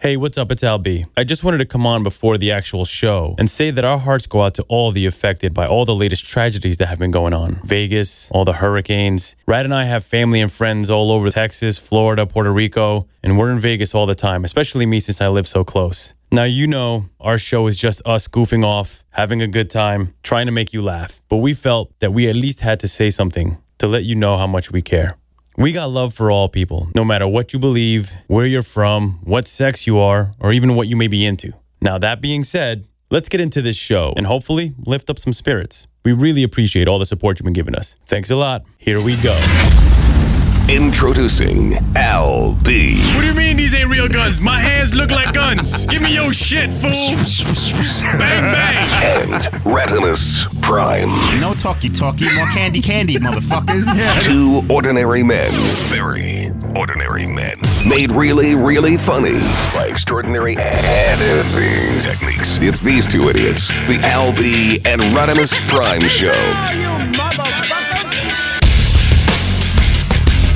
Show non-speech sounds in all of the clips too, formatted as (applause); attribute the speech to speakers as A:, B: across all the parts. A: Hey, what's up? It's Al B. I just wanted to come on before the actual show and say that our hearts go out to all the affected by all the latest tragedies that have been going on Vegas, all the hurricanes. Rad and I have family and friends all over Texas, Florida, Puerto Rico, and we're in Vegas all the time, especially me since I live so close. Now, you know, our show is just us goofing off, having a good time, trying to make you laugh, but we felt that we at least had to say something to let you know how much we care. We got love for all people, no matter what you believe, where you're from, what sex you are, or even what you may be into. Now, that being said, let's get into this show and hopefully lift up some spirits. We really appreciate all the support you've been giving us. Thanks a lot. Here we go.
B: Introducing Al B.
C: What do you mean these ain't real guns? My hands look like guns. Give me your shit, fool. bang, bang.
B: and Ratanus Prime.
D: No talkie talkie, more candy candy, motherfuckers.
B: Two ordinary men. Very ordinary men. Made really, really funny by extraordinary editing techniques. It's these two idiots, the Al B and Ratanus Prime Show.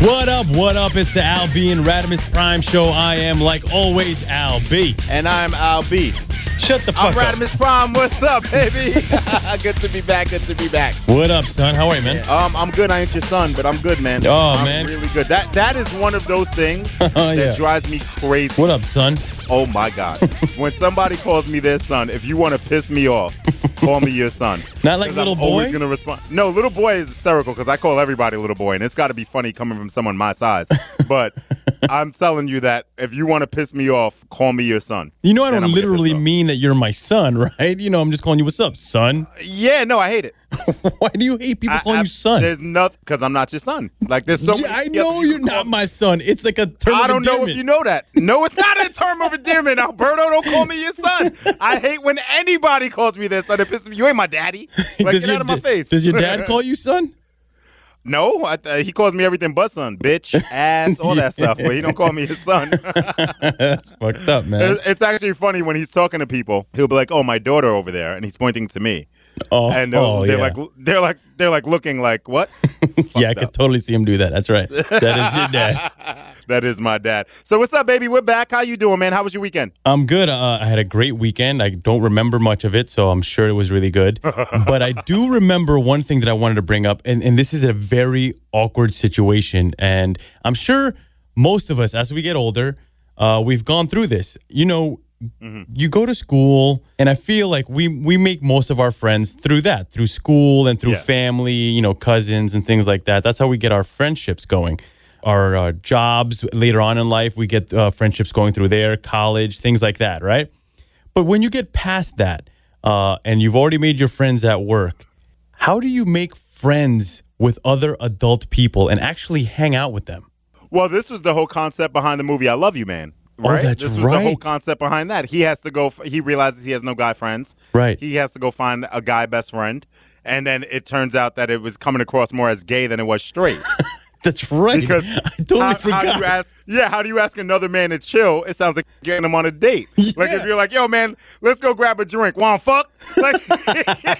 A: What up? What up? It's the Al B and Radimus Prime show. I am, like always, Al B.
E: And I'm Al B.
A: Shut the
E: I'm
A: fuck up.
E: Radimus Prime. What's up, baby? (laughs) good to be back. Good to be back.
A: What up, son? How are you, man?
E: Um, I'm good. I ain't your son, but I'm good, man.
A: Oh,
E: I'm
A: man. Oh,
E: really good. That that is one of those
A: (laughs)
E: things that
A: Yeah.
E: drives me crazy.
A: What up, son?
E: Oh
A: (laughs)
E: my god. when somebody calls me their son, if you want to piss me off, call me your son.
A: (laughs) Not like
E: 'Cause
A: little
E: I'm Always
A: boy?
E: gonna respond. No, little boy is hysterical because I call everybody little boy, and it's got to be funny coming from someone
A: (laughs)
E: my size. but I'm telling you that if you want to piss me off, call me your son.
A: You know I
E: And
A: don't
E: I'm gonna get
A: literally
E: pissed off.
A: mean that you're my son, (laughs) right? You know I'm just calling you what's up, son.
E: Yeah, no, I hate it.
A: (laughs) Why do you hate people
E: I-
A: calling
E: I-
A: you son?
E: There's nothing because I'm not your son. Like there's so.
A: yeah,
E: many-
A: I know you're not my son. It's like a term
E: I
A: of
E: don't know
A: endearment.
E: if
A: (laughs)
E: you know that. No, it's not a term of endearment. Alberto, don't call me your son. I hate when anybody calls me their son. It pisses me. You ain't my daddy.
A: (laughs)
E: Like,
A: does
E: get
A: your,
E: out of my
A: d-
E: face.
A: Does your
E: (laughs)
A: dad call you son?
E: no, I, uh, he calls me everything but son, bitch, ass,
A: (laughs)
E: all that stuff. But he don't call me his son. (laughs)
A: That's fucked up, man.
E: It- it's actually funny when he's talking to people. He'll be like, "Oh, my daughter over there," and he's pointing to me.
A: Oh,
E: And they'll-
A: oh,
E: they're
A: yeah.
E: like, they're like, they're like looking like what?
A: yeah, I could totally see him do that. That's right. That is your
E: (laughs)
A: dad.
E: That is my dad. So what's up, baby? We're back. How you doing, man? How was your weekend?
A: I'm good. Uh, I had a great weekend. I don't remember much of it, so I'm sure it was really good.
E: (laughs)
A: but I do remember one thing that I wanted to bring up, and, and this is a very awkward situation. And I'm sure most of us, as we get older, uh, we've gone through this. You know, you go to school, and I feel like we we make most of our friends through that, through school and through
E: Yeah.
A: family, you know, cousins and things like that. That's how we get our friendships going. Our uh, jobs later on in life, we get uh, friendships going through there, college, things like that, right? But when you get past that, uh, and you've already made your friends at work, how do you make friends with other adult people and actually hang out with them?
E: Well, this was the whole concept behind the movie "I Love You, Man." Right?
A: Oh, that's
E: this was the whole
A: right.
E: concept behind that. He has to go. f- He realizes he has no guy friends.
A: Right.
E: He has to go find a guy best friend, and then it turns out that it was coming across more as gay than it was straight.
A: That's right.
E: Because
A: (laughs) I totally
E: how,
A: forgot.
E: How do you ask, yeah, how do you ask another man to chill? It sounds like getting him on
A: (laughs)
E: a date. Like
A: Yeah.
E: if you're like, yo, man, let's go grab a drink. Want fuck? Like,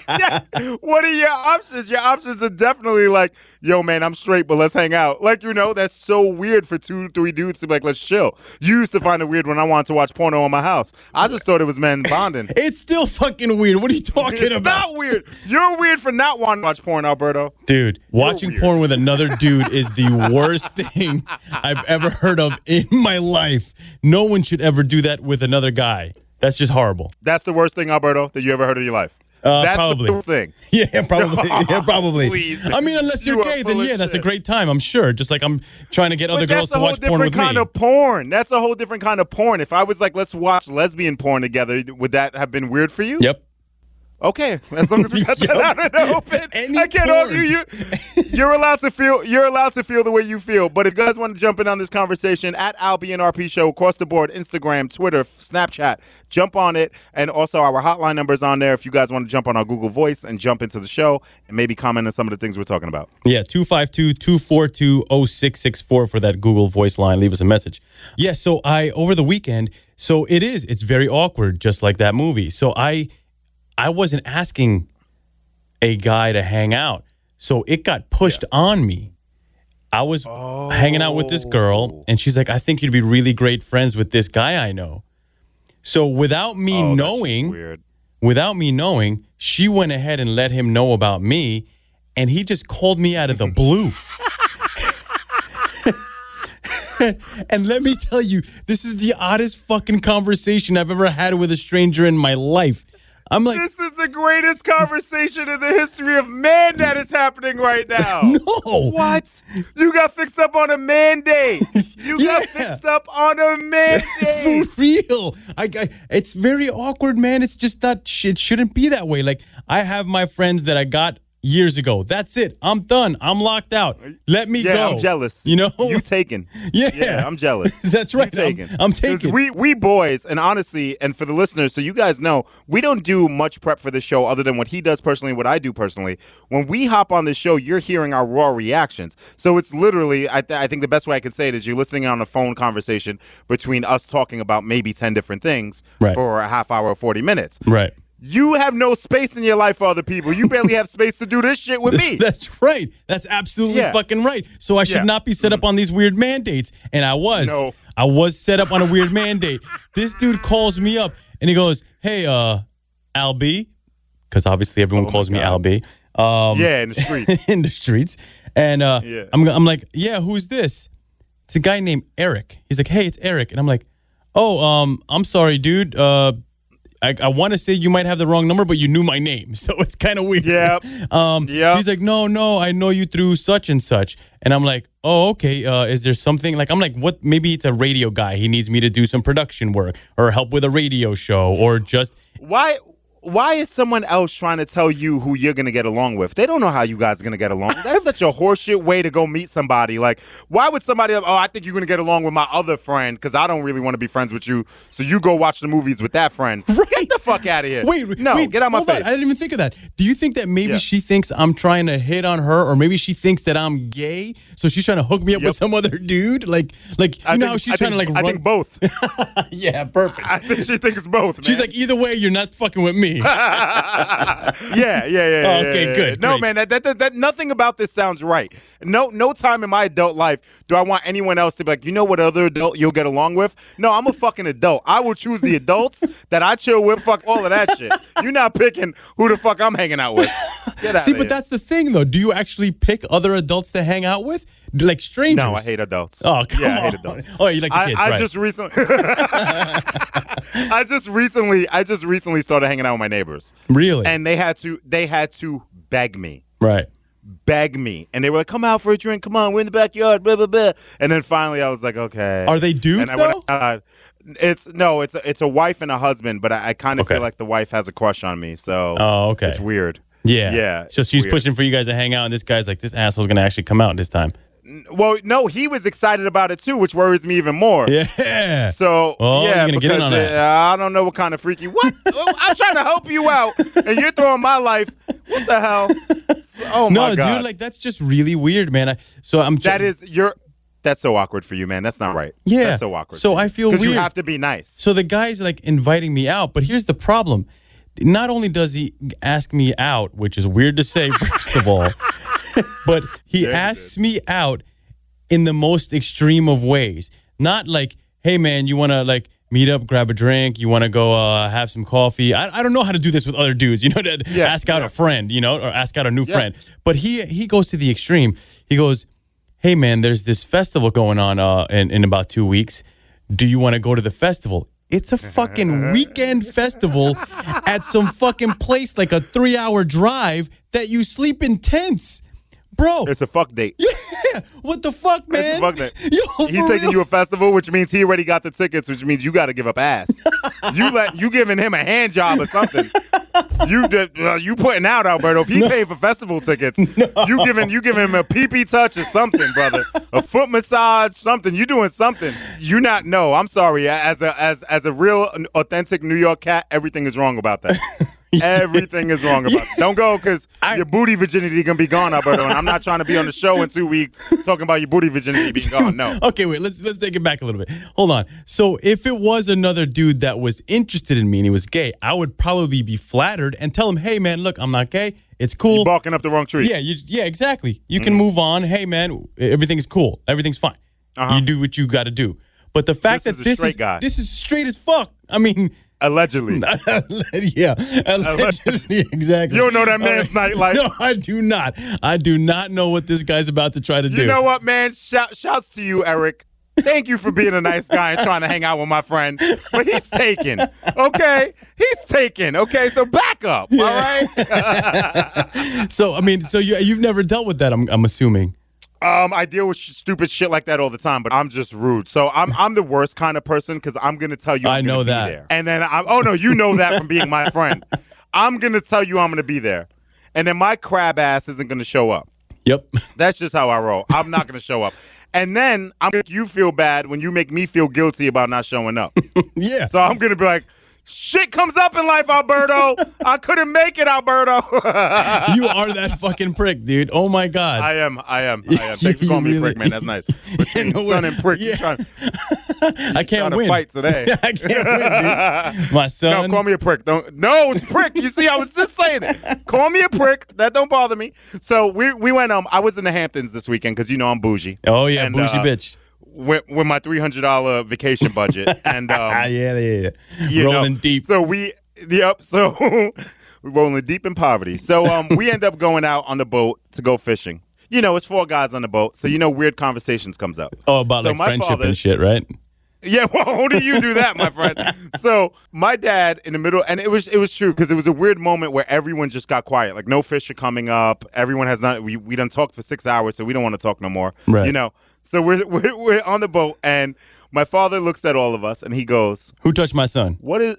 E: (laughs) what are your options? Your options are definitely like, yo, man, I'm straight, but let's hang out. Like you know, that's so weird for two, three dudes to be like, let's chill. You used to find it weird when I wanted to watch porno in my house. I just thought it was men
A: (laughs)
E: bonding.
A: it's still fucking weird. What are you talking
E: It's
A: about?
E: not weird. You're weird for not wanting to watch porn, Alberto.
A: Dude, watching
E: weird.
A: porn with another dude is the
E: (laughs)
A: worst thing I've ever heard of in my life. No one should ever do that with another guy. That's just horrible.
E: That's the worst thing, Alberto, that you ever heard in your life.
A: Uh,
E: That's
A: probably.
E: the worst thing.
A: (laughs) Yeah, probably. (laughs) Yeah, probably.
E: Please.
A: I mean, unless you're
E: You are
A: gay, then
E: full of
A: yeah, that's a
E: shit.
A: great time, I'm sure. Just like I'm trying to get other
E: But
A: girls to watch porn with
E: That's a whole different kind
A: me.
E: of porn. That's a whole different kind of porn. If I was like, let's watch lesbian porn together, would that have been weird for you?
A: Yep.
E: Okay, as long
A: (laughs)
E: as we got that out in the open,
A: Any
E: I can't
A: porn.
E: argue. You, you're allowed to feel. You're allowed to feel the way you feel. But if you guys want to jump in on this conversation at Albion RP Show across the board, Instagram, Twitter, Snapchat, jump on it, and also our hotline numbers on there. If you guys want to jump on our Google Voice and jump into the show and maybe comment on some of the things we're talking about.
A: Yeah, 252 242 0664 for that Google voice line. Leave us a message. Yeah, so I, over the weekend, so it is, it's very awkward, just like that movie. So I, I wasn't asking a guy to hang out. So it got pushed on me. I
E: Oh.
A: was hanging out with this girl, and she's like, I think you'd be really great friends with this guy I know. So without me
E: Oh, that's
A: knowing,
E: Weird.
A: without me knowing, she went ahead and let him know about me, and he just called me out of the blue. (laughs) and let me tell you, this is the oddest fucking conversation I've ever had with a stranger in my life. I'm like,
E: (laughs) This is the greatest conversation in the history of man that is
A: (laughs)
E: happening right now.
A: no.
E: What? You got fixed up on a
A: (laughs)
E: man date. You got
A: Yeah.
E: fixed up on
A: (laughs)
E: a man
A: For
E: date.
A: real, I, I it's very awkward, man. It's just not. sh- It shouldn't be that way. Like I have my friends that I got years ago. That's it. I'm done. I'm locked out. Let me
E: yeah,
A: go.
E: I'm jealous.
A: You know.
E: you taken.
A: (laughs) yeah.
E: Yeah, I'm
A: (laughs)
E: jealous.
A: That's right. I'm-
E: (laughs) taken.
A: I'm,
E: 'Cause
A: taking.
E: We we boys, and honestly, and for the listeners, so you guys know, we don't do much prep for this show other than what he does personally, what I do personally. When we hop on this show, you're hearing our raw reactions. So it's literally, I, th- I think the best way I can say it is you're listening on a phone conversation between us talking about maybe ten different things
A: Right.
E: for a half hour or forty minutes.
A: right.
E: You have no space in your life for other people. You barely have space to do this shit with me.
A: That's right. That's absolutely
E: Yeah.
A: fucking right. So I should
E: Yeah.
A: not be set up on these weird mandates. And I was.
E: No.
A: I was set up on a weird
E: (laughs)
A: mandate. This dude calls me up and he goes, Hey, uh, Al B. Because obviously
E: Oh
A: everyone calls me Al B. Um,
E: Yeah, in the street.
A: (laughs) in the streets. And uh,
E: Yeah.
A: I'm, I'm like, yeah, who's this? It's a guy named Eric. He's like, hey, it's Eric. And I'm like, oh, um, I'm sorry, dude. Uh, I, I want to say you might have the wrong number, but you knew my name. (laughs) So it's kind of weird.
E: Yep.
A: Um,
E: Yep.
A: He's like, no, no, I know you through such and such. And I'm like, oh, okay. Uh, is there something like, I'm like, what? Maybe it's a radio guy. He needs me to do some production work or help with a radio show or just
E: why why is someone else trying to tell you who you're gonna get along with? They don't know how you guys are gonna get along.
A: (laughs)
E: That's such a horseshit way to go meet somebody. Like, why would somebody? Oh, I think you're gonna get along with my other friend because I don't really want to be friends with you. So you go watch the movies with that
A: (laughs)
E: friend. Get the fuck out of here.
A: Wait,
E: no,
A: wait,
E: get out my
A: hold on.
E: face.
A: I didn't even think of that. Do you think that maybe
E: Yeah.
A: she thinks I'm trying to hit on her, or maybe she thinks that I'm gay, so she's trying to hook me up
E: Yep.
A: with some other dude? Like, like you
E: I
A: know,
E: think-
A: how she's
E: I
A: trying
E: think-
A: to like
E: I
A: run.
E: think both.
A: (laughs)
E: (laughs)
A: yeah, perfect.
E: I think she thinks both. Man.
A: She's like, either way, you're not fucking with
E: (laughs)
A: me.
E: yeah, yeah, yeah.
A: Oh,
E: yeah,
A: okay,
E: yeah,
A: good,
E: yeah. No,
A: great.
E: man, that, that, that, that nothing about this sounds right. No, no time in my adult life do I want anyone else to be like, you know what other adult you'll get along with? No, I'm a fucking adult. I will choose the adults that I chill with. Fuck all of that shit. You're not picking who the fuck I'm hanging out with. Get
A: (laughs)
E: out
A: See, but that's the thing, though. Do you actually pick other adults to hang out with, Do- like strangers?
E: no, I hate adults.
A: Oh, come
E: yeah, I hate
A: on.
E: adults.
A: Oh, you like the
E: I,
A: kids,
E: I
A: right?
E: just recently, (laughs) I just recently, I just recently started hanging out with my neighbors,
A: really?
E: and they had to, they had to beg me.
A: right.
E: beg me. And they were like, come out for a drink. Come on, we're in the backyard, blah, blah, blah. And then finally I was like, okay.
A: Are they dudes,
E: and I went
A: though?
E: outside. It's no, it's a, it's a wife and a husband, but I, I kind of
A: Okay.
E: feel like the wife has a crush on me. So
A: Oh, okay.
E: it's weird.
A: Yeah.
E: Yeah,
A: So
E: it's
A: she's
E: weird.
A: pushing for you guys to hang out, and this guy's like, this asshole's gonna actually come out this time. (laughs)
E: Well, no, he was excited about it too, which worries me even more.
A: Yeah.
E: So
A: Oh,
E: yeah,
A: you're gonna get in
E: because,
A: on that.
E: uh, I don't know what kind of freaky. What? Oh, I'm trying to help you out, and you're throwing my life. What
A: (laughs)
E: the hell? So- oh
A: No,
E: my god,
A: dude, like that's just really weird, man. I, so I'm
E: that is you're. That's so awkward for you, man. That's not right.
A: Yeah.
E: that's so awkward.
A: So
E: for you.
A: I feel
E: 'Cause You
A: weird.
E: have to be nice.
A: So the guy's like inviting me out, but here's the problem. Not only does he ask me out, which is weird to say, (laughs) first of all, but he asks me out in the most extreme of ways. Not like, hey man, you wanna like meet up, grab a drink, you wanna go uh, have some coffee. I, I don't know how to do this with other dudes, (laughs) you know, that
E: Yeah,
A: ask out
E: yeah.
A: a friend, you know, or ask out a new friend. But he he goes to the extreme. He goes, hey man, there's this festival going on uh, in, in about two weeks. Do you want to go to the festival? It's a
E: (laughs)
A: fucking weekend festival at some fucking place like a three hour drive that you sleep in tents. Bro,
E: It's a fuck date.
A: what the fuck, man?
E: It's a fuck date.
A: (laughs) Yo,
E: He's
A: Oh, for
E: taking
A: real.
E: you a festival, which means he already got the tickets, which means you got to give up ass. you let you giving him a hand job or something. you did, uh, you putting out Alberto. If he paid for
A: (laughs)
E: festival tickets, you giving you giving him a pee pee touch or something, brother. a foot massage, something. You doing something. You not no. I'm sorry. As a as as a real authentic New York cat, everything is wrong
A: (laughs)
E: about that. Everything is wrong about it. Don't go because
A: I-
E: your booty virginity gonna be gone, Alberto. And I'm not trying to be on the show in two weeks talking about your booty virginity being gone. No.
A: Okay, wait. Let's let's take it back a little bit. Hold on. So, if it was another dude that was interested in me and he was gay, I would probably be flattered and tell him, "Hey, man, look, I'm not gay. It's cool.
E: Barking up the wrong tree.
A: Yeah, you, yeah,
E: Mm.
A: exactly. You can move on. Hey, man, everything's cool. Everything's fine. You do what you got to do. But the fact
E: Uh-huh. This
A: that
E: is a
A: this
E: straight
A: is
E: guy.
A: this is straight as fuck. I mean, (laughs)
E: Allegedly.
A: yeah,
E: (laughs)
A: allegedly, exactly.
E: You don't know that
A: All
E: man's nightlife.
A: (laughs) No, I do not. I do not know what this guy's about to try to do.
E: You know what, man? Shout, shouts to you, Eric. Thank you for being a nice guy and trying to hang out with my friend. But he's taken, okay? He's taken, okay? So back up,
A: (laughs)
E: all right?
A: So I mean, so you you've never dealt with that. I'm I'm assuming.
E: Um, I deal with sh- stupid shit like that all the time, but I'm just rude. So I'm I'm the worst kind of person because I'm gonna tell you I'm
A: I
E: gonna
A: know
E: be
A: that.
E: there. and then I'm oh no, you know that from being my
A: (laughs)
E: friend. I'm gonna tell you I'm gonna be there, and then my crab ass isn't gonna show up.
A: Yep.
E: That's just how I roll. I'm not gonna show up. And then I'm gonna make you feel bad when you make me feel guilty about not showing up.
A: (laughs) yeah.
E: So (laughs) I'm gonna be like, shit comes up in life, Alberto. I couldn't make
A: (laughs)
E: it, Alberto.
A: you are that fucking prick, dude. Oh my god.
E: I am, I am, I am. Thanks for calling me
A: You
E: prick, man. That's nice.
A: (laughs)
E: Between
A: No way.
E: son and prick,
A: Yeah. (laughs)
E: you trying,
A: I, can't
E: trying
A: win.
E: to fight today.
A: (laughs) I can't win, dude. My
E: (laughs) No,
A: son.
E: call me a prick. Don't. No, it's prick. You see, I was just saying it. Call me a prick. That don't bother me. So we we went. Um, I was in the Hamptons this weekend because you know I'm bougie.
A: oh yeah,
E: And,
A: bougie
E: uh,
A: bitch.
E: With, with my three hundred dollar vacation budget,
A: (laughs)
E: and
A: Ah,
E: um,
A: yeah, yeah, yeah.
E: you know,
A: Rolling deep.
E: So we, yep. So (laughs) we're rolling deep in poverty. So um, we end up going out on the boat to go fishing. You know, it's four guys on the boat, so you know weird conversations comes up.
A: oh, about
E: so
A: like
E: my
A: friendship
E: father-
A: and shit, right?
E: Yeah, (laughs) well, only you do that,
A: (laughs)
E: my friend. so my dad in the middle, and it was it was true because it was a weird moment where everyone just got quiet. Like no fish are coming up. Everyone has not. We we done talked for six hours, so we don't want to talk no more.
A: Right.
E: You know. So we're, we're we're on the boat, and my father looks at all of us, and he goes,
A: Who touched my
E: (laughs)
A: son?
E: "What is?"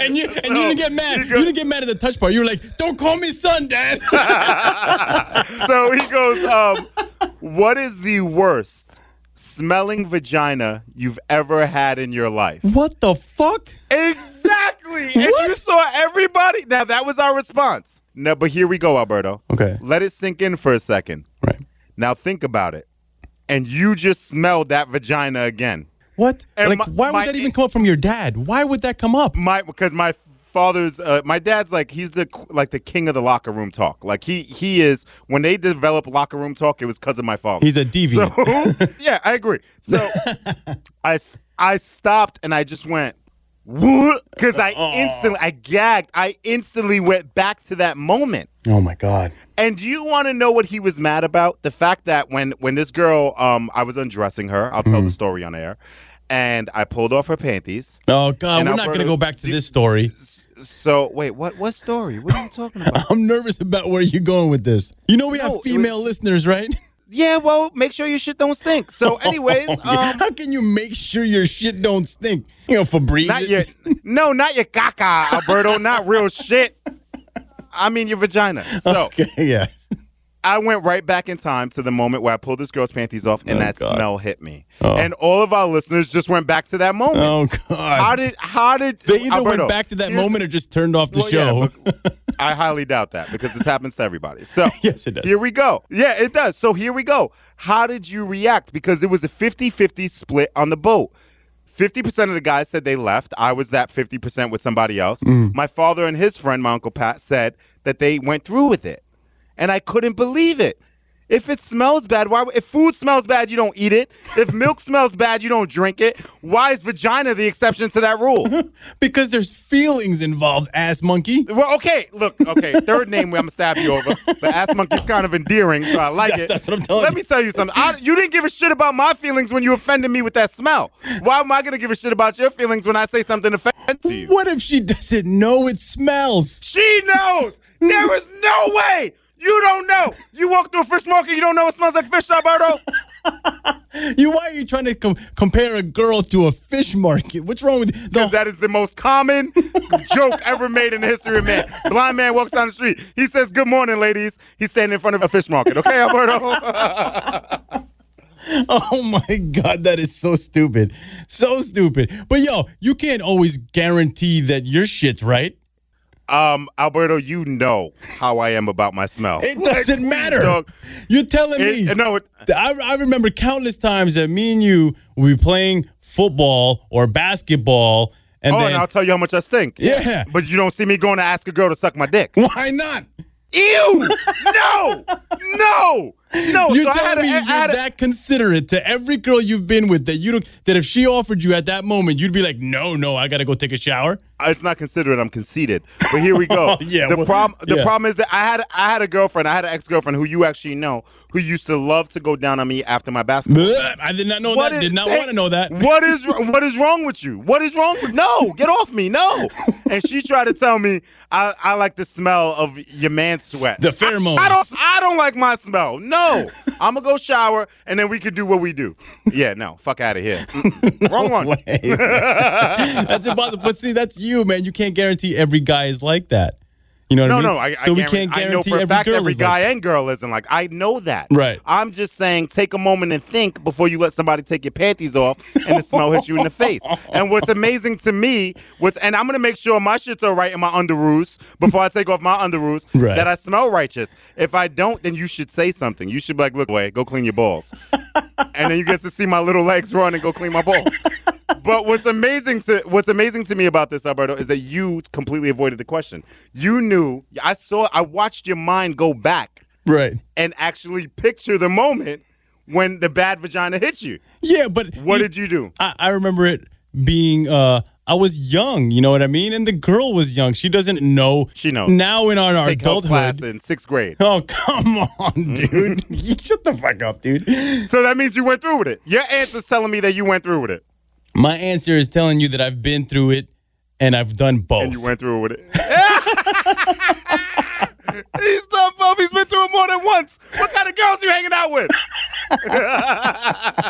A: And you and you didn't get mad.
E: you
A: You,
E: go-
A: didn't get mad at the touch part. You were like, "Don't call me son, dad." (laughs)
E: so he goes, um, "What is the worst?" Smelling vagina you've ever had in your life.
A: what the fuck?
E: Exactly. If you saw everybody, now that was our response. No, but here we go, Alberto.
A: Okay.
E: Let it sink in for a second.
A: Right.
E: Now think about it. And you just smelled that vagina again.
A: What?
E: And
A: like,
E: my-
A: why
E: my- e
A: would that even come up from your dad? Why would that come
E: (laughs)
A: up?
E: My because my father's uh, my dad's like he's the like the king of the locker room talk. Like he he is when they developed locker room talk, it was because of my father.
A: He's a (laughs) deviant.
E: (laughs) So, yeah, I agree. So I, s- I stopped and I just went, what? Because I instantly, I gagged. I instantly went back to that moment.
A: oh my god.
E: And do you want to know what he was mad about? The fact that when when this girl, um, I was undressing her. I'll tell the story on air. And I pulled off her panties.
A: Oh god,
E: And
A: we're not
E: Alberto,
A: gonna go back to this
E: (laughs)
A: story.
E: So wait, what? What story? What are you
A: (laughs)
E: talking about?
A: I'm nervous about where you're going with this. You know we
E: No,
A: have
E: it
A: female listeners, right? (laughs)
E: yeah, well, make sure your shit don't stink. So, anyways, um,
A: How can you make sure your shit don't stink? You know, Febreze.
E: Not
A: it.
E: your
A: (laughs)
E: no, not your caca, Alberto. not real shit. I mean your vagina. So
A: Okay, yeah.
E: I went right back in time to the moment where I pulled this girl's panties off, and
A: Oh,
E: that
A: God.
E: smell hit me. And all of our listeners just went back to that moment.
A: Oh
E: How
A: god.
E: did how did
A: They either
E: Alberto,
A: went back to that
E: here's-
A: moment or just turned off the
E: Well,
A: show.
E: yeah, but I highly doubt that because this happens to everybody. So
A: (laughs) Yes, it does.
E: Here we go. Yeah, it does. So here we go. How did you react? Because it was a 50-50 split on the boat. 50% of the guys said they left. I was that 50% with somebody else. My father and his friend, my Uncle Pat, said that they went through with it. And I couldn't believe it. If it smells bad, why? If food smells bad, you don't eat it. If milk (laughs) smells bad, you don't drink it. Why is vagina the exception to that rule?
A: because there's feelings involved, ass monkey.
E: Well, okay, look, okay, third name I'm gonna stab you over. But ass monkey's kind of endearing, so
A: (laughs)
E: I like
A: That-
E: it.
A: that's what I'm telling
E: Let
A: you.
E: me tell you something. I, you didn't give a shit about my feelings when you offended me with that smell. Why am I gonna give a shit about your feelings when I say something offensive to you?
A: What if she doesn't know it smells?
E: She knows. There is no way. You don't know. You walk through a fish market, you don't know it smells like
A: (laughs)
E: fish, Alberto.
A: You why are you trying to com- compare a girl to a fish market? What's wrong with
E: Because
A: the
E: that is the most common joke ever made in the history of man. Blind man walks down the street. He says, "Good morning, ladies." He's standing in front of a fish market. Okay, Alberto.
A: (laughs) Oh my god, that is so stupid. So stupid. But yo, you can't always guarantee that your shit's right.
E: Um, Alberto, you know how I am about my smell.
A: It doesn't matter.
E: dog.
A: You're telling me
E: It- no, it,
A: I, I remember countless times that me and you would be playing football or basketball, and
E: oh,
A: then
E: and
A: (laughs)
E: I'll tell you how much I stink.
A: Yeah.
E: but you don't see
A: (laughs)
E: me going to ask a girl to suck my dick.
A: why not?
E: Ew! no, no. No,
A: You're
E: Oh, so I had
A: telling
E: to-
A: me
E: I
A: you're
E: had to-
A: that considerate to every girl you've been with that you don't that if she offered you at that moment, you'd be like, no, no, I gotta go take a shower.
E: Uh, it's not considerate. I'm conceited. But here we go.
A: (laughs) Yeah,
E: The
A: well,
E: problem. The
A: yeah.
E: problem is that I had I had a girlfriend. I had an ex girlfriend who you actually know who used to love to go down on me after
A: (laughs)
E: my basketball.
A: Bleh, I did not know
E: What
A: that.
E: is-
A: Did not
E: hey,
A: want to know that.
E: (laughs) What is what is wrong with you? What is wrong with no? Get off me, no! And she tried to tell me I, I like the smell of your man sweat.
A: The pheromones.
E: I don't I don't like my smell.
A: (laughs)
E: No, I'm gonna go shower and then we could do what we do. Yeah, no, fuck out of here. Mm-mm.
A: (laughs)
E: Wrong (laughs) one.
A: that's impossible. But see, that's you, man. You can't guarantee every guy is like that. You know what I
E: No,
A: mean?
E: no. I, I
A: so we can't
E: I know
A: guarantee
E: for a
A: every
E: fact
A: girl
E: every
A: is
E: guy
A: like
E: and girl isn't like. I know that.
A: Right.
E: I'm just saying, take a moment and think before you let somebody take your panties off and the smell hits you in the face. And what's amazing to me was, and I'm gonna make sure my shits are right in my underoos before I take off my underoos.
A: Right.
E: That I smell righteous. If I don't, then you should say something. You should be like, look away, go clean your balls.
A: (laughs)
E: and then you get to see my little legs run and go clean my balls. But what's amazing to what's amazing to me about this, Alberto, is that you completely avoided the question. You knew. I saw. I watched your mind go back
A: Right.
E: and actually picture the moment when the bad vagina hit you.
A: Yeah, but
E: What
A: you-
E: did you do?
A: I, I remember it being uh I was young, you know what I mean? And the girl was young. She doesn't know.
E: She knows.
A: Now in our, our
E: Take health class
A: adulthood.
E: in sixth grade.
A: Oh, come
E: (laughs)
A: on, dude. (laughs) You Shut the fuck up, dude.
E: So that means you went through with it. Your answer's telling me that you went through with it,
A: My answer is telling you that I've been through it and I've done both.
E: and you went through with (laughs) it. He's done both. He's been through it more than once. What kind of girls you hanging out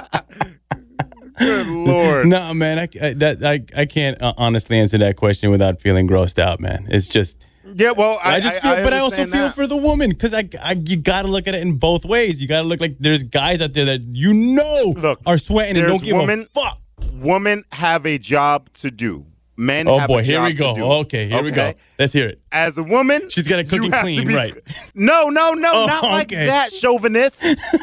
E: with? (laughs) Good lord.
A: No, man, I, I, that, I, I can't uh, honestly answer that question without feeling grossed out, man. It's just,
E: Yeah, well, I,
A: I, just feel, but I also
E: understand
A: feel
E: that.
A: for the woman because I, I, you gotta look at it in both ways. You gotta look like there's guys out there that you know
E: Look,
A: are sweating and
E: there's
A: don't give
E: women-
A: a fuck.
E: women have a job to do. Men.
A: Oh
E: have
A: boy,
E: a
A: here
E: job
A: we
E: to
A: go.
E: do.
A: Okay, here we go.
E: Okay?
A: Let's hear it.
E: As a woman,
A: She's gotta cook
E: you
A: and
E: have to
A: clean,
E: be-
A: right.
E: No, no, no,
A: (laughs) Oh,
E: not like
A: okay.
E: that, chauvinist.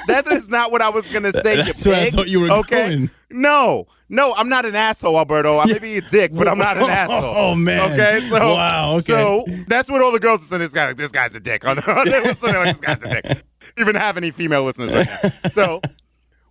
E: that is not what I was gonna say. you
A: That's where I
E: pig.
A: thought you were
E: okay?
A: going.
E: No, no, I'm not an asshole, Alberto. I may be a dick, but I'm not an asshole.
A: Oh, man.
E: Okay, so
A: Wow, okay.
E: So that's what all the girls are saying. This guy, this guy's a dick. (laughs) They're listening like this guy's a dick. Even have any female listeners right now. So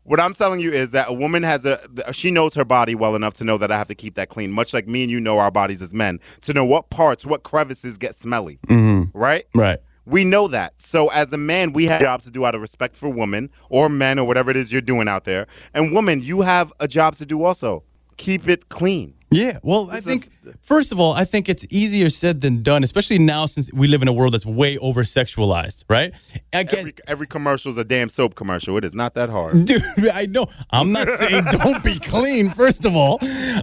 E: what I'm telling you is that a woman has a th- she knows her body well enough to know that I have to keep that clean, much like me and you know our bodies as men to know what parts, what crevices get smelly,
A: Mm-hmm.
E: right?
A: Right.
E: We know that. So as a man, we have jobs to do out of respect for women or men or whatever it is you're doing out there. And woman, you have a job to do also. Keep it clean.
A: Yeah. Well, I think first of all, I think it's easier said than done, especially now since we live in a world that's way over sexualized, right? I get,
E: Every, every commercial is a damn soap commercial. It is not that hard.
A: Dude, (laughs) I know. I'm not saying don't be clean, first of all.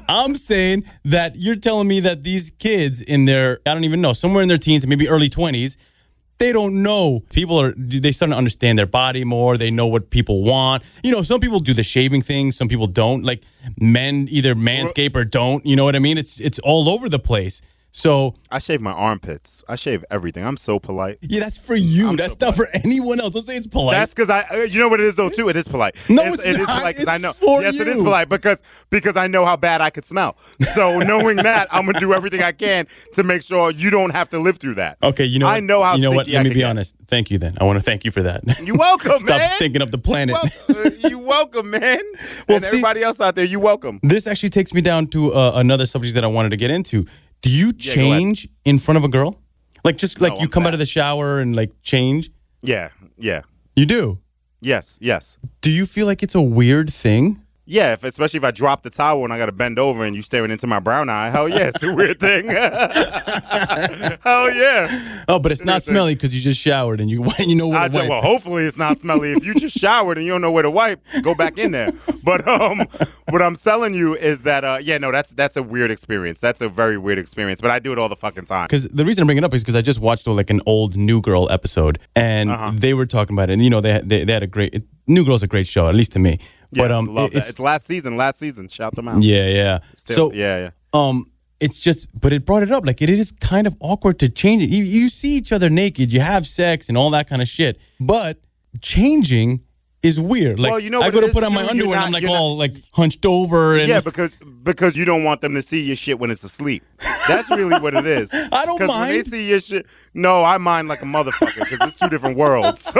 A: I'm saying that you're telling me that these kids in their, I don't even know, somewhere in their teens, maybe early 20s, they don't know. People are, they start to understand their body more. They know what people want. You know, some people do the shaving thing, some people don't. Like men either manscape or don't. You know what I mean? It's It's all over the place. So,
E: I shave my armpits. I shave everything. I'm so polite.
A: yeah, that's for you. that's not for anyone else. Don't say it's polite.
E: That's because I, uh, you know what it is though too. It is polite.
A: No, it's
E: it's, it is
A: not.
E: polite 'cause
A: It's
E: I know.
A: for
E: yes, it is
A: you.
E: polite because because I know how bad I could smell.
A: (laughs)
E: So knowing that, I'm gonna do everything I can to make sure you don't have to live through that.
A: Okay, you know
E: I
A: what?
E: know how
A: you know what?
E: stinky
A: Let
E: I
A: me
E: could
A: be
E: get.
A: honest. Thank you. Then I want to thank you for that. (laughs)
E: You welcome,
A: Stop
E: man.
A: stinking up the planet.
E: Welcome. Uh, you welcome, man.
A: Well,
E: and
A: see- Mm.
E: everybody else out there, you welcome.
A: (laughs) This actually takes me down to uh, another subject that I wanted to get into. Do you
E: go ahead.
A: change in front of a girl? Like just like
E: No,
A: you
E: I'm
A: come
E: fat.
A: out of the shower and like change?
E: Yeah, yeah,
A: You do.
E: yes, yes,
A: Do you feel like it's a weird thing?
E: yeah. If, especially if I drop the towel and I gotta bend over and you staring into my brown eye. Hell yeah, it's a weird thing. (laughs) Hell yeah.
A: Oh, but it's not smelly because you just showered and you (laughs) you know
E: I
A: what?
E: ju- Ah, well, hopefully it's not smelly. if you just showered and you don't know where to wipe, go back in there. But um, what I'm telling you is that uh, yeah, no, that's that's a weird experience. That's a very weird experience. But I do it all the fucking time.
A: Because the reason I bring it up is because I just watched like an old New Girl episode, and
E: Uh-huh.
A: they were talking about it. And you know, they they, they had a great New Girl's a great show, at least to me. but
E: Yes,
A: um,
E: love
A: it-
E: that.
A: it's
E: it's last season. Last season, shout them out.
A: yeah, yeah. so
E: yeah, yeah.
A: um it's just but it brought it up like it is kind of awkward to change it you, you see each other naked you have sex and all that kind of shit but changing is weird like
E: Well, you know
A: i
E: what
A: go
E: it
A: to
E: is,
A: put on my
E: too? You're
A: underwear and i'm
E: not-
A: like
E: you're not-
A: all like hunched over and
E: Yeah, because because you don't want them to see your shit when it's asleep. That's really what it is.
A: (laughs) I don't
E: Because when they
A: mind.
E: see your shit, no, I mind like a motherfucker because it's two different worlds. (laughs) So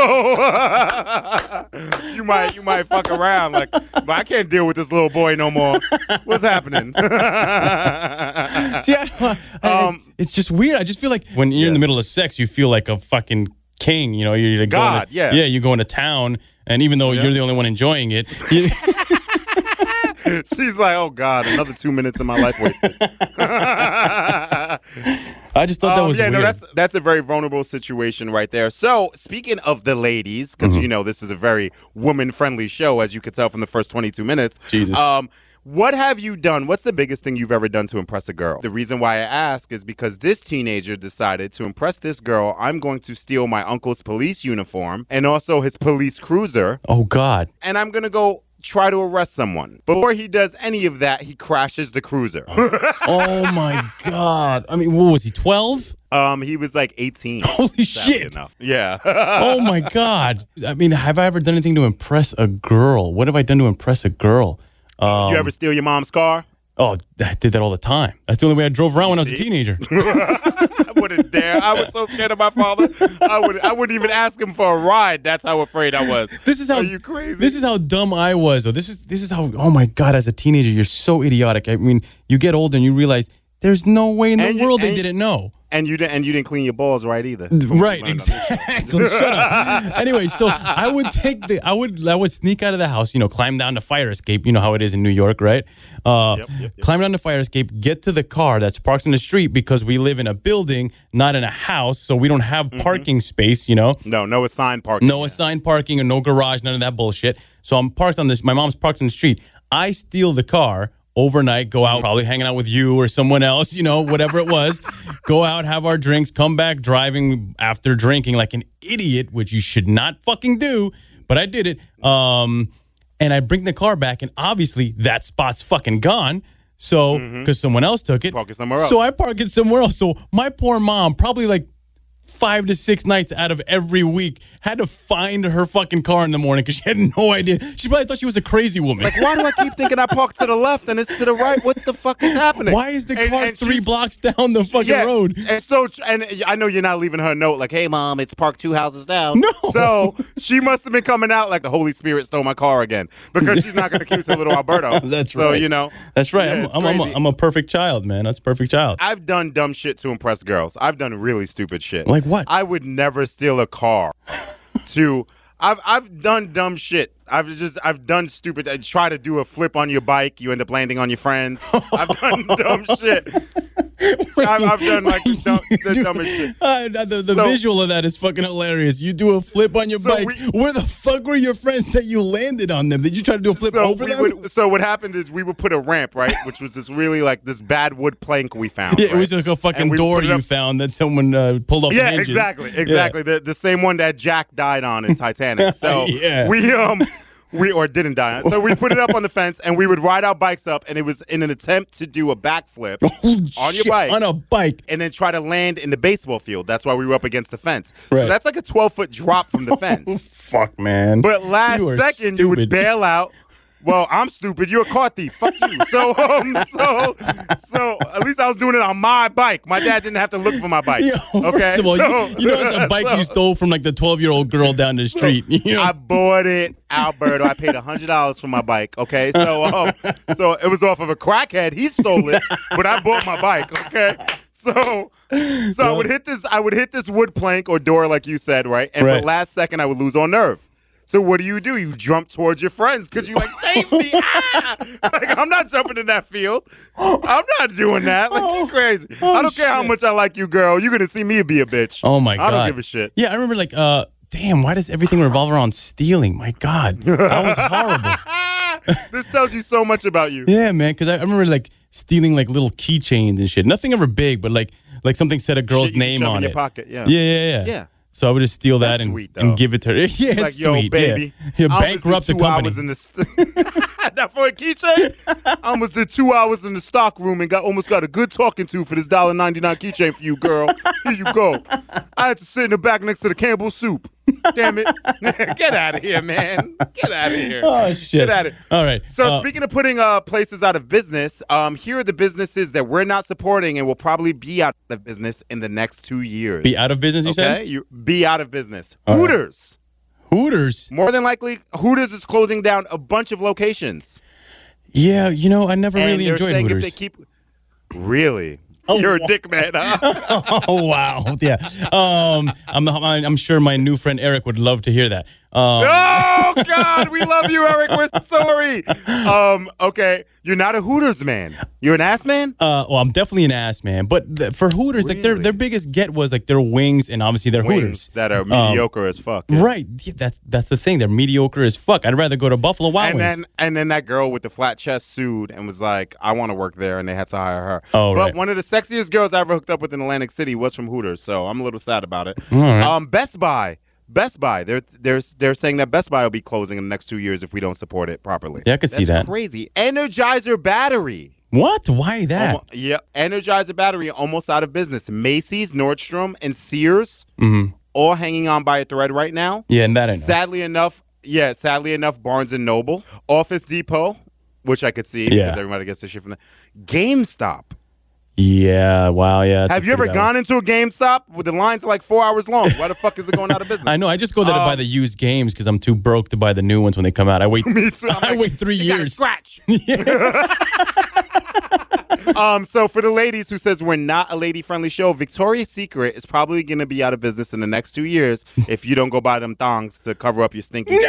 E: you might you might fuck around like, but I can't deal with this little boy no more. What's happening?
A: (laughs)
E: (laughs)
A: See, I don't- I-
E: Um,
A: it's just weird. I just feel like when you're in the
E: Yes.
A: middle of sex, you feel like a fucking king. You know, you're going
E: God,
A: to,
E: yeah.
A: yeah, you're going to town, and even though you're the only one enjoying it, (laughs) you,
E: She's like, oh god, another two minutes of my life wasted.
A: I just thought that
E: Um,
A: was
E: yeah,
A: weird.
E: no, that's that's a very vulnerable situation right there. So speaking of the ladies, because
A: Mm-hmm.
E: you know this is a very woman-friendly show, as you could tell from the first 22 minutes.
A: Jesus.
E: Um, what have you done? What's the biggest thing you've ever done to impress a girl? The reason why I ask is because this teenager decided to impress this girl. I'm going to steal my uncle's police uniform and also his police cruiser,
A: oh God,
E: and I'm gonna go try to arrest someone. Before he does any of that, he crashes the cruiser.
A: oh my (laughs) God. I mean, what was he? Twelve?
E: um, he was like 18.
A: Holy
E: Sadly
A: shit!
E: Enough. Yeah. (laughs)
A: Oh my God. I mean, have I ever done anything to impress a girl? What have I done to impress a girl? Um,
E: You ever steal your mom's car? (laughs)
A: oh, I did that all the time. That's the only way I drove around when I was a
E: see? (laughs)
A: teenager.
E: I wouldn't dare. I was so scared of my father. I would. I wouldn't even ask him for a ride. That's how afraid I was.
A: This is how
E: Are you crazy?
A: This is how dumb I was though. This is this is how oh my god, as a teenager, you're so idiotic. I mean, you get older and you realize there's no way in the
E: And you-
A: world they
E: and-
A: didn't know.
E: and you didn't. And you didn't clean your balls right either.
A: Right, exactly. (laughs) Shut up. Anyway, so I would take the I would I would sneak out of the house, you know, climb down the fire escape. You know how it is in New York, right? Uh, Climb down the fire escape, get to the car that's parked in the street because we live in a building, not in a house, so we don't have parking space. You know,
E: No, no assigned parking.
A: no assigned parking or no garage, none of that bullshit. So I'm parked on this. My mom's parked on the street. I steal the car overnight, go out, probably hanging out with you or someone else, you know, whatever it was. (laughs) go out, have our drinks, come back driving after drinking like an idiot, which you should not fucking do, but I did it. Um, and I bring the car back, and obviously that spot's fucking gone. So, because someone else took it,
E: Park it somewhere else.
A: So I park it somewhere else. So my poor mom, probably like five to six nights out of every week had to find her fucking car in the morning because she had no idea. She probably thought she was a crazy woman.
E: Why do I keep thinking I parked to the left and it's to the right? What the fuck is happening?
A: Why is the
E: And-
A: car
E: and
A: three
E: she's-
A: blocks down the fucking
E: yeah,
A: road?
E: And so, and I know you're not leaving her a note like, "Hey, mom, it's parked two houses down."
A: No.
E: So she must have been coming out like the Holy Spirit stole my car again because she's not going to accuse her little Alberto.
A: (laughs) That's
E: so,
A: right.
E: you know,
A: That's right.
E: Yeah,
A: I'm-
E: it's
A: I'm, I'm, a,
E: crazy.
A: I'm a perfect child, man. That's a perfect child.
E: I've done dumb shit to impress girls. I've done really stupid shit.
A: Like what?
E: I would never steal
A: (laughs)
E: a car. to I've I've done dumb shit. I've just I've done stupid. I try to do a flip on your bike. You end up landing on your friends. I've done
A: (laughs)
E: dumb shit. I've, I've done like the, dumb, the dumbest shit.
A: Uh, the the
E: So-
A: visual of that is fucking hilarious. You do a flip on your
E: So
A: bike.
E: we-
A: Where the fuck were your friends that you landed on them? Did you try to do a flip
E: so
A: over
E: we
A: them?
E: Would, so what happened is we would put a ramp right, which was this really like this bad wood plank we found.
A: yeah, it
E: right?
A: was like a
E: And
A: fucking
E: we
A: door
E: put it
A: you
E: up-
A: found that someone uh, pulled off
E: Yeah,
A: the hinges.
E: exactly,
A: Yeah.
E: exactly. The the same one that Jack died on
A: (laughs)
E: in Titanic. So
A: Yeah.
E: we um we or didn't die on. So we put it up on the fence and we would ride our bikes up, and it was in an attempt to do
A: (laughs)
E: a backflip
A: Holy
E: on your
A: shit,
E: bike.
A: On a bike.
E: and then try to land in the baseball field. That's why we were up against the fence.
A: Right.
E: So that's like a 12 foot
A: (laughs)
E: drop from the fence.
A: Fuck, man.
E: But last
A: You are
E: second, you would
A: stupid.
E: bail out. Well, I'm stupid. You're a car thief. Fuck you. So, um, (laughs) so, so at least I was doing it on my bike. My dad didn't have to look for my
A: (laughs) (laughs)
E: bike.
A: Yo,
E: okay.
A: First of all, you,
E: So-
A: you know it's
E: (laughs)
A: a bike you
E: so
A: stole from like the twelve-year-old girl down
E: (laughs)
A: the street. (laughs) You know,
E: I bought it, Alberto. I paid hundred dollars for my bike. Okay, so um, so it was off of a crackhead. He stole it, but I bought my bike. Okay, so so I would hit this. I would hit this wood plank or door, like you said, right? And
A: Right.
E: but last second, I would lose on nerve. So what do you do? You jump towards your friends because you're like, save
A: (laughs)
E: me! Ah! Like I'm not jumping in that field. I'm not doing that. Like
A: Oh,
E: you're crazy. I don't care how much I like you, girl. You're gonna see me be a bitch.
A: oh my
E: I
A: god,
E: don't give a shit.
A: Yeah, I remember like, uh, damn, why does everything revolve around stealing? My
E: (laughs)
A: god, that was horrible.
E: Ah, this tells you so much about you.
A: Yeah, man, because I, I remember like stealing like little keychains and shit. Nothing ever big, but like like something said a girl's
E: Shit you can
A: name
E: shove
A: on
E: in
A: it.
E: Your pocket. Yeah.
A: Yeah, yeah, yeah.
E: Yeah.
A: So I would just steal
E: That's
A: that and,
E: sweet,
A: and
E: though.
A: give it to her. (laughs) Yeah, it's
E: Like, yo,
A: sweet. yeah.
E: baby.
A: Yeah,
E: I almost did
A: bankrupt the
E: two
A: company.
E: Hours in the st- (laughs) Not for a keychain. I almost did two hours in the stock room and got almost got a good talking to for this dollar ninety nine keychain for you, girl. Here you go. I had to sit in the back next to the Campbell soup. Damn it. (laughs) Get out of here, man. Get out of here.
A: Oh shit!
E: Get at it.
A: All right.
E: So
A: uh,
E: speaking of putting uh, places out of business, um, here are the businesses that we're not supporting and will probably be out of business in the next two years.
A: be out of business. You
E: okay,
A: said
E: you be out of business.
A: All right.
E: Hooters,
A: Hooters.
E: more than likely, Hooters is closing down a bunch of locations.
A: Yeah, you know I never
E: And
A: really
E: they're
A: enjoyed
E: saying
A: Hooters.
E: If they keep, really,
A: Oh,
E: you're
A: wow.
E: a dick man.
A: (laughs)
E: Huh?
A: (laughs)
E: (laughs)
A: oh wow! Yeah. Um, I'm, I'm I'm sure my new friend Eric would love to hear that. Um,
E: oh God, we love you, Eric. We're sorry. Um, okay, you're not a Hooters man. You're an ass man.
A: Uh, well, I'm definitely an ass man, but th- for Hooters, like their their
E: Really?
A: biggest get was like their wings and obviously their
E: Wings
A: Hooters. Um,
E: that are mediocre as fuck. yeah.
A: Right, yeah, that's that's the thing. They're mediocre as fuck. I'd rather go to Buffalo Wild
E: and
A: Wings.
E: then and then that girl with the flat chest sued and was like, I want to work there, and they had to hire her.
A: Oh,
E: but
A: right.
E: one of the sexiest girls I ever hooked up with in Atlantic City was from Hooters, so I'm a little sad about it.
A: right.
E: Um, Best Buy, Best Buy, they're they're they're saying that Best Buy will be closing in the next two years if we don't support it properly.
A: yeah, I could see that.
E: Crazy Energizer battery.
A: What? Why that?
E: Almo- yeah, Energizer battery almost out of business. Macy's, Nordstrom, and Sears all hanging on by a thread right now.
A: Mm-hmm. yeah, and that I know.
E: Sadly enough, yeah, sadly enough, Barnes and Noble, Office Depot, which I could see
A: Yeah.
E: because everybody gets their shit from there. GameStop.
A: yeah, wow, yeah. that's a
E: Have you
A: pretty
E: ever
A: bad
E: gone into a GameStop with the lines are like four hours long? Why the fuck is it going out
A: (laughs)
E: of business?
A: one. I know. I just go there to
E: Oh.
A: buy the used games because I'm too broke to buy the new ones when they come out. I
E: (laughs)
A: wait. (laughs)
E: (laughs) Me too. I'm
A: I
E: like,
A: wait three
E: "You gotta
A: years. (laughs)
E: Scratch. (laughs) um. So for the ladies who says we're not a lady friendly show, Victoria's Secret is probably going to be out of business in the next two years if you don't go buy them thongs to cover up
A: (laughs)
E: your stinky. (laughs)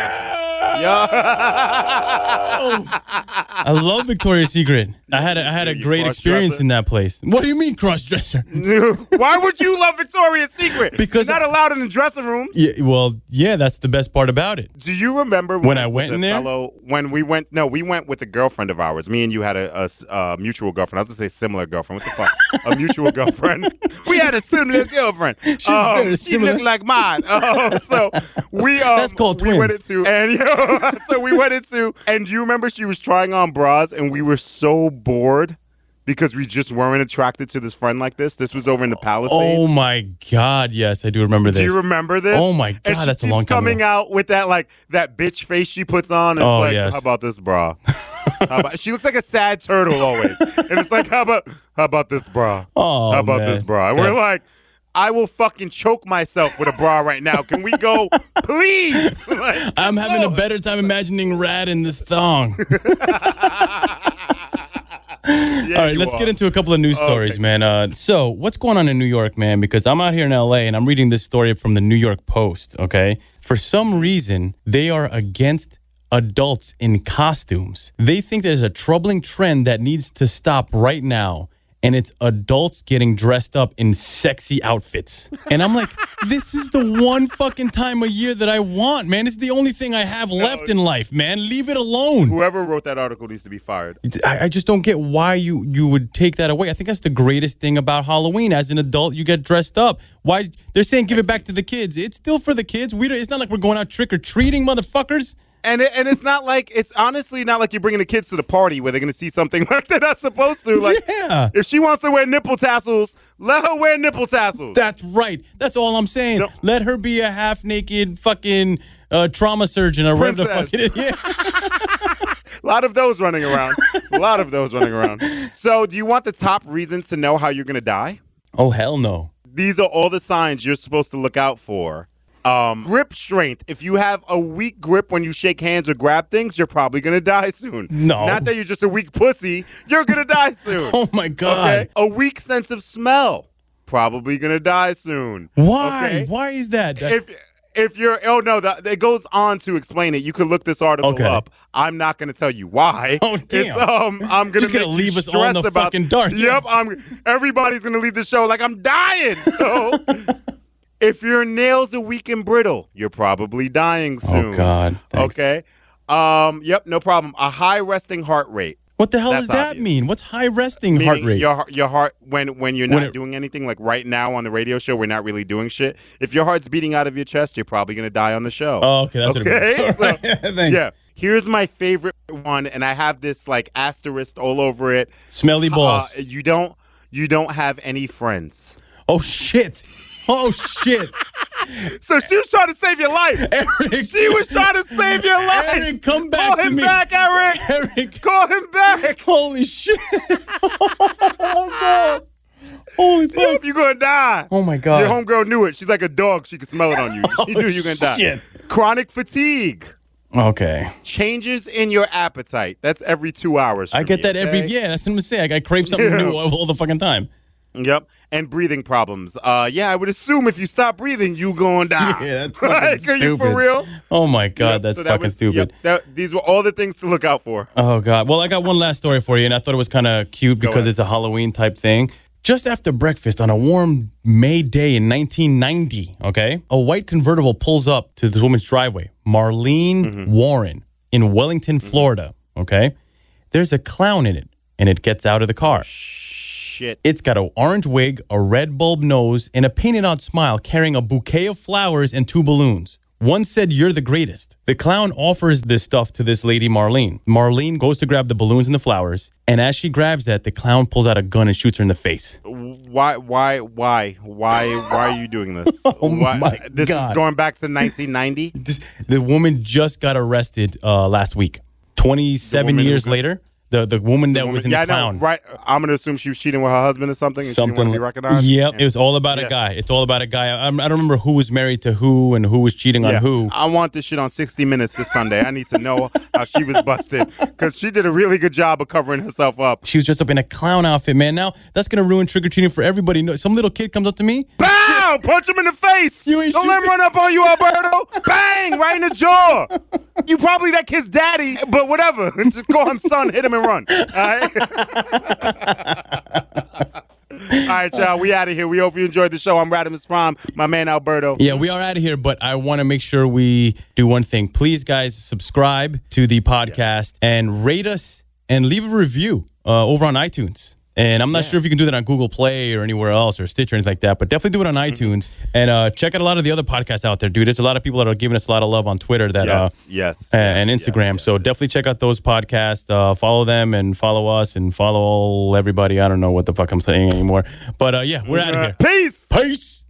A: I love Victoria's Secret. I had a, I had a
E: You
A: great experience
E: cross-dresser?
A: in that place. What do you mean cross dresser?
E: (laughs) Why would you love Victoria's Secret?
A: Because-
E: You're not allowed in the dressing room.
A: Yeah, well, yeah, that's the best part about it.
E: Do you remember
A: When I went
E: the
A: in there?
E: Fellow, when we went, no, we went with a girlfriend of ours. Me and you had a, a s- a mutual girlfriend. I was gonna say similar girlfriend. What the fuck? a (laughs) mutual girlfriend. We had a similar girlfriend. (laughs) She,
A: very similar.
E: she looked like (laughs) mine. Oh, so we um,
A: That's called
E: We went
A: twins.
E: into and (laughs) so we went into and do you remember she was trying on bras and we were so bored because we just weren't attracted to this friend like this. This was over in the Palisades.
A: Oh my God! Yes, I do remember this.
E: Do you remember this?
A: Oh my
E: And
A: God,
E: she
A: that's a
E: keeps
A: long time
E: coming out with that like that bitch face she puts on. And
A: Oh,
E: it's like,
A: yes.
E: how about this bra?
A: (laughs)
E: How about- she looks like a sad turtle always, and it's like, how about how about this bra?
A: Oh,
E: how about
A: man.
E: this bra? And we're like. I will fucking choke myself with a bra right now. Can we
A: (laughs)
E: go, please? (laughs) Like,
A: I'm having a better time imagining rat in this
E: (laughs)
A: thong.
E: yeah,
A: All right,
E: you
A: let's
E: are.
A: get into a couple of news stories, man. Uh, so, what's going on in New York, man? Because I'm out here in LA and I'm reading this story from the New York Post, okay? For some reason, they are against adults in costumes. They think there's a troubling trend that needs to stop right now. And it's adults getting dressed up in sexy outfits. And I'm like, (laughs) this is the one fucking time a year that I want, man. It's the only thing I have left in life, man. Leave it alone.
E: Whoever wrote that article needs to be fired.
A: I, I just don't get why you you would take that away. I think that's the greatest thing about Halloween. As an adult, you get dressed up. Why they're saying give it back to the kids? It's still for the kids. We don't, it's not like we're going out trick or treating, motherfuckers. (laughs)
E: And it, and it's not like it's honestly not like you're bringing the kids to the party where they're gonna see something (laughs) like they're not supposed to. Like,
A: (laughs) Yeah.
E: if she wants to wear nipple tassels, let her wear nipple tassels.
A: That's right. That's all I'm saying.
E: No.
A: Let her be a half naked fucking uh, trauma surgeon or whatever the fuck it
E: Princess.
A: is. (laughs) Yeah.
E: a lot of those running
A: (laughs)
E: around. a lot of those running around. So, do you want the top reasons to know how you're gonna die?
A: Oh hell no.
E: These are all the signs you're supposed to look out for. Um, grip strength. If you have a weak grip when you shake hands or grab things, you're probably gonna die soon.
A: No.
E: Not that you're just a weak pussy. You're gonna
A: (laughs)
E: die soon.
A: Oh my god.
E: Okay. A weak sense of smell. Probably gonna die soon.
A: Why?
E: Okay.
A: Why is that?
E: If if you're oh no, that it goes on to explain it. You could look this article
A: Okay.
E: up. I'm not gonna tell you why.
A: Oh, damn.
E: It's, um, I'm gonna,
A: Just gonna
E: make you
A: leave us all in
E: stress
A: the
E: about-
A: fucking dark.
E: (laughs) Yep. I'm. Everybody's gonna leave the show like I'm
A: (laughs)
E: dying. So. If your nails are weak and brittle, you're probably dying soon.
A: oh god. Thanks.
E: Okay. Um, yep, no problem. A high resting heart rate.
A: What the hell does
E: That's
A: that
E: obvious.
A: mean? What's high resting heart
E: Meaning
A: rate?
E: Your your heart when when you're not
A: When it-
E: doing anything like right now on the radio show, we're not really doing shit. If your heart's beating out of your chest, you're probably gonna die on the show.
A: Oh, okay, that's what it
E: Okay,
A: means. (laughs)
E: so-
A: All right. Thanks.
E: Yeah. Here's my favorite one, and I have this like asterisk all over it.
A: Smelly
E: Uh,
A: balls.
E: you don't you don't have any friends. (laughs)
A: Oh shit. Oh shit.
E: so she was trying to save your (laughs) life.
A: Eric.
E: She was trying to save your life.
A: Eric, come back
E: Call
A: to
E: him
A: me.
E: back, Eric.
A: Eric,
E: Call him back.
A: holy shit. oh, no. Holy fuck.
E: You're gonna die.
A: Oh, my God.
E: Your homegirl knew it. She's like a dog. She could smell it (laughs) on you. She knew you were gonna die.
A: shit.
E: Chronic fatigue.
A: Okay.
E: Changes in your appetite. That's every two hours.
A: I
E: for
A: get
E: me,
A: that every,
E: okay?
A: yeah, that's what I'm saying. I crave something
E: Yeah.
A: new all, all the fucking time.
E: Yep. And breathing problems. Uh, yeah, I would assume if you stop breathing, you gonna die.
A: Yeah,
E: (laughs)
A: that's fucking
E: Are you
A: stupid.
E: for real?
A: Oh, my God,
E: Yep,
A: that's
E: so that
A: fucking
E: was-
A: stupid.
E: yep, that- these were all the things to look out for.
A: Oh God! Well, I got one last story for you, and I thought it was kind of cute because
E: ahead.
A: it's a Halloween type thing. Just after breakfast on a warm May day in 1990, okay, a white convertible pulls up to this woman's driveway, Marlene Warren in Wellington, Florida. Okay, there's a clown in it, and it gets out of the car.
E: Shit.
A: It's got an orange wig, a red bulb nose, and a painted on smile, carrying a bouquet of flowers and two balloons. One said, You're the greatest. The clown offers this stuff to this lady, Marlene. Marlene goes to grab the balloons and the flowers, and as she grabs that, the clown pulls out a gun and shoots her in the face.
E: Why? Why? Why? Why? Why are you doing
A: (laughs)
E: this? why,
A: Oh my
E: this
A: God.
E: is going back to 1990.
A: This, the woman just got arrested uh, last week. 27
E: woman who
A: years
E: got-
A: later, the, the woman (laughs) that was in
E: yeah,
A: the
E: I
A: clown.
E: know, right? I'm gonna assume she was cheating with her husband or something, and she didn't want to be
A: like-
E: recognized.
A: Yep,
E: And-
A: it was all about a
E: Yeah.
A: guy. It's all about a guy. I, I don't remember who was married to who and who was cheating on
E: yeah.
A: who.
E: I want this shit on 60 Minutes this Sunday. I need to know how she was busted because she did a really good job of covering herself up.
A: She was dressed up in a clown outfit, man. Now that's gonna ruin trick or treating for everybody. No, some little kid comes up to me.
E: Bow! Punch him in the face.
A: You ain't
E: Don't let him
A: shooting.
E: run up on you, Alberto. Bang! Right in the jaw. You probably that kid's daddy, but whatever. (laughs) Just call him son, hit him and run. All (laughs) right. All right, y'all. We out of here. We hope you enjoyed the show. I'm Radimus Prime, my man Alberto.
A: Yeah, we are out of here, but I want to make sure we do one thing. Please, guys, subscribe to the podcast and rate us and leave a review uh, over on iTunes. And I'm not sure if you can do that on Google Play or anywhere else or Stitch or anything like that, but definitely do it on iTunes and uh, check out a lot of the other podcasts out there, dude. There's a lot of people that are giving us a lot of love on Twitter that uh,
E: Yes. Yes.
A: and, and Instagram. so definitely check out those podcasts. Uh, follow them and follow us and follow everybody. I don't know what the fuck I'm saying anymore. But uh, yeah, we're out of here.
E: Peace.
A: Peace.